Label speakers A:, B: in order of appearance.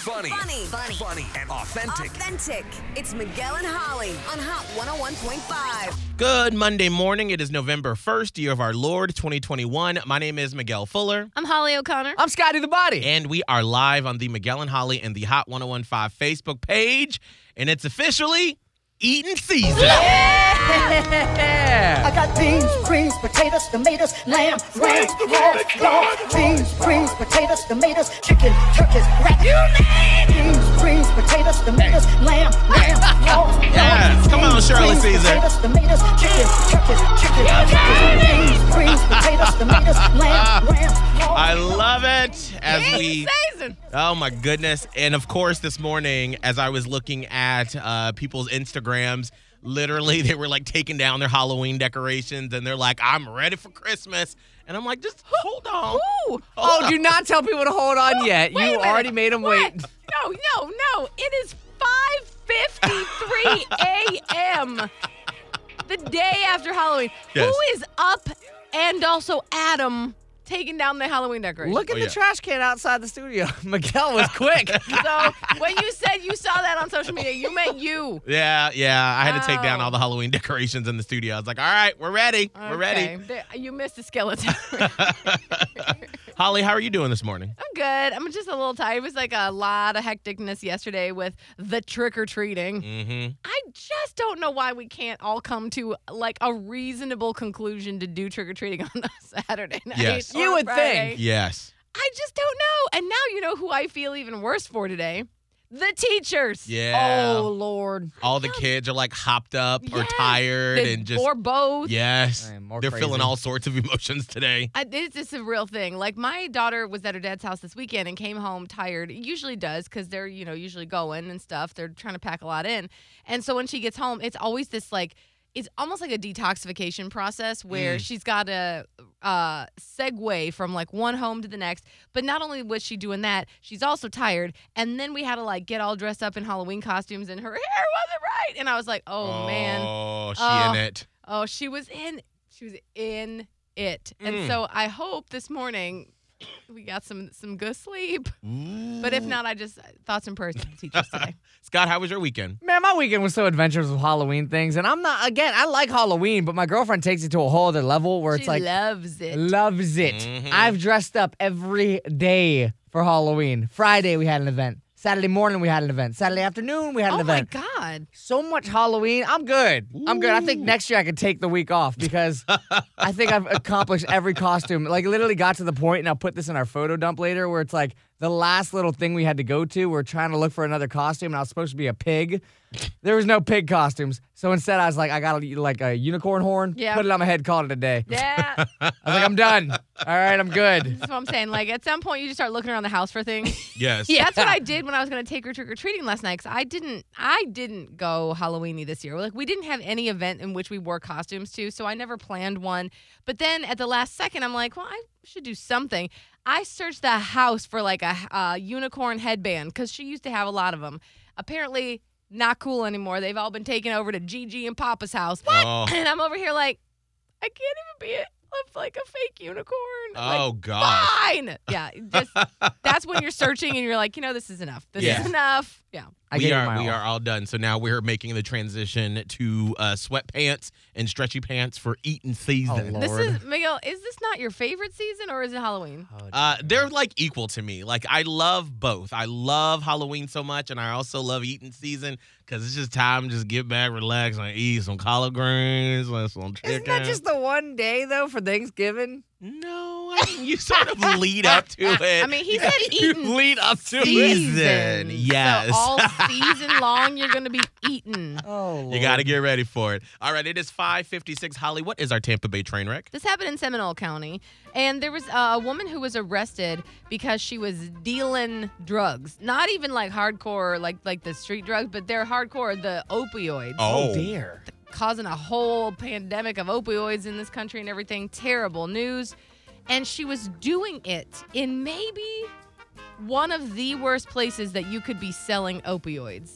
A: Funny.
B: Funny.
A: Funny. and authentic.
B: Authentic. It's Miguel and Holly on Hot 101.5.
C: Good Monday morning. It is November 1st, year of our Lord 2021. My name is Miguel Fuller,
D: I'm Holly O'Connor.
E: I'm Scotty the Body.
C: and we are live on the Miguel and Holly and the Hot 1015 Facebook page. And it's officially eating season.
F: I got beans, greens, potatoes, tomatoes, lamb, ram, pork, dog, beans, greens, potatoes, tomatoes, chicken, turkeys, rat. You name Beans, greens, potatoes, tomatoes, lamb, ram, pork, dog.
C: Yes, come on,
F: beans,
C: Shirley
F: greens,
C: Caesar.
F: Potatoes, tomatoes, chicken, turkeys, chicken. Beans, greens, potatoes, tomatoes, lamb, ram, pork.
C: I love it as we.
D: Season.
C: Oh my goodness. And of course, this morning, as I was looking at uh, people's Instagrams, literally they were like taking down their Halloween decorations and they're like, I'm ready for Christmas. And I'm like, just hold on.
D: Ooh.
C: Hold
E: Oh,
C: on.
E: do not tell people to hold on yet.
D: Wait a
E: You
D: minute.
E: already made them
D: What?
E: wait.
D: No, no, no. It is 5:53 a.m. the day after Halloween.
C: Yes.
D: Who is up and also Adam taking down the Halloween decoration?
E: Look at
C: Oh,
E: the
C: yeah.
E: trash can outside the studio. Miguel was quick.
D: So when you said you saw that on social media, you meant you.
C: Yeah, yeah. I had to take down
D: Wow.
C: all the Halloween decorations in the studio. I was like, all right, we're ready. We're
D: Okay.
C: ready.
D: There- You missed a skeleton.
C: Holly, how are you doing this morning?
D: I'm good. I'm just a little tired. It was like a lot of hecticness yesterday with the trick or treating.
C: Mm-hmm.
D: I just don't know why we can't all come to like a reasonable conclusion to do trick or treating on a Saturday night.
C: Yes.
D: or
E: You would
D: Friday.
C: Yes.
D: I just don't know. And now you know who I feel even worse for today. The teachers.
C: Yeah.
D: Oh Lord.
C: All the kids are like hopped up or
D: Yes.
C: tired
D: The-
C: and just
D: or both.
C: yes,
E: I am more
C: they're feeling
E: crazy.
C: all sorts of emotions today.
D: I, this is a real thing. Like my daughter was at her dad's house this weekend and came home tired. Usually does because they're you know usually going and stuff. They're trying to pack a lot in, and so when she gets home, it's always this like it's almost like a detoxification process where she's got to uh, segue from like one home to the next. But not only was she doing that, she's also tired. And then we had to like get all dressed up in Halloween costumes, and her hair wasn't right. And I was like, oh man.
C: oh, she
D: Oh.
C: in it.
D: Oh, she was in she was in it.
C: Mm.
D: And so I hope this morning we got some some good sleep. But if not, I just thoughts and prayers to the teachers today.
C: Scott, how was your weekend?
E: Man, my weekend was so adventurous with Halloween things. And I'm not, again, I like Halloween, but my girlfriend takes it to a whole other level where
D: she
E: it's like,
D: loves it.
E: loves it.
C: Mhm.
E: I've dressed up every day for Halloween. Friday, we had an event. Saturday morning, we had an event. Saturday afternoon, we had an
D: oh my
E: event.
D: god.
E: so much Halloween. I'm good. I'm good. I think next year I could take the week off because I think I've accomplished every costume. Like literally got to the point, and I'll put this in our photo dump later, where it's like the last little thing we had to go to. We're trying to look for another costume, and I was supposed to be a pig. There was no pig costumes, so instead I was like, I got a, like a unicorn horn.
D: Yeah.
E: Put it on my head. Call it a day.
D: Yeah. That's
E: I was like, I'm done. All right, I'm good.
D: what I'm saying. Like at some point you just start looking around the house for things.
C: Yes.
D: That's what I did when I was gonna take her trick or treating last night. Cause I didn't I didn't go Halloweeny this year. Like we didn't have any event in which we wore costumes to, so I never planned one. But then at the last second, I'm like, well, I should do something. I searched the house for like a uh, unicorn headband because she used to have a lot of them. Apparently, not cool anymore. They've all been taken over to Gigi and Papa's house.
C: Oh.
D: And I'm over here like, I can't even be a, like a fake unicorn. Like,
C: Oh gosh.
D: fine. Yeah, just that's when you're searching and you're like, you know, this is enough. This
C: Yeah.
D: is enough. Yeah.
E: I
C: we
E: gave you
C: are
E: my
C: we
E: all.
C: are all done. So now we're making the transition to uh, sweatpants and stretchy pants for eating season.
E: Oh, Lord.
D: This is Miguel. Is this not your favorite season or is it Halloween?
E: Oh,
C: Uh, they're like equal to me. Like I love both. I love Halloween so much, and I also love eating season because it's just time to just get back, relax, and eat some collard greens, and some chicken.
E: Isn't that just the one day though for Thanksgiving?
C: no? I mean, you sort of lead up to it.
D: I mean, he
C: You-
D: said
C: you
D: eating
C: lead up to
D: Season.
C: season. Yes.
D: So all season long, you're going to be eaten.
E: Oh, Lord.
C: you got to get ready for it. All right, it is 5:56. Holly, what is our Tampa Bay train wreck?
D: This happened in Seminole County, and there was a woman who was arrested because she was dealing drugs. Not even like hardcore, like like the street drugs, but they're hardcore, the opioids.
E: Oh dear.
D: causing a whole pandemic of opioids in this country and everything. Terrible news. And she was doing it in maybe one of the worst places that you could be selling opioids.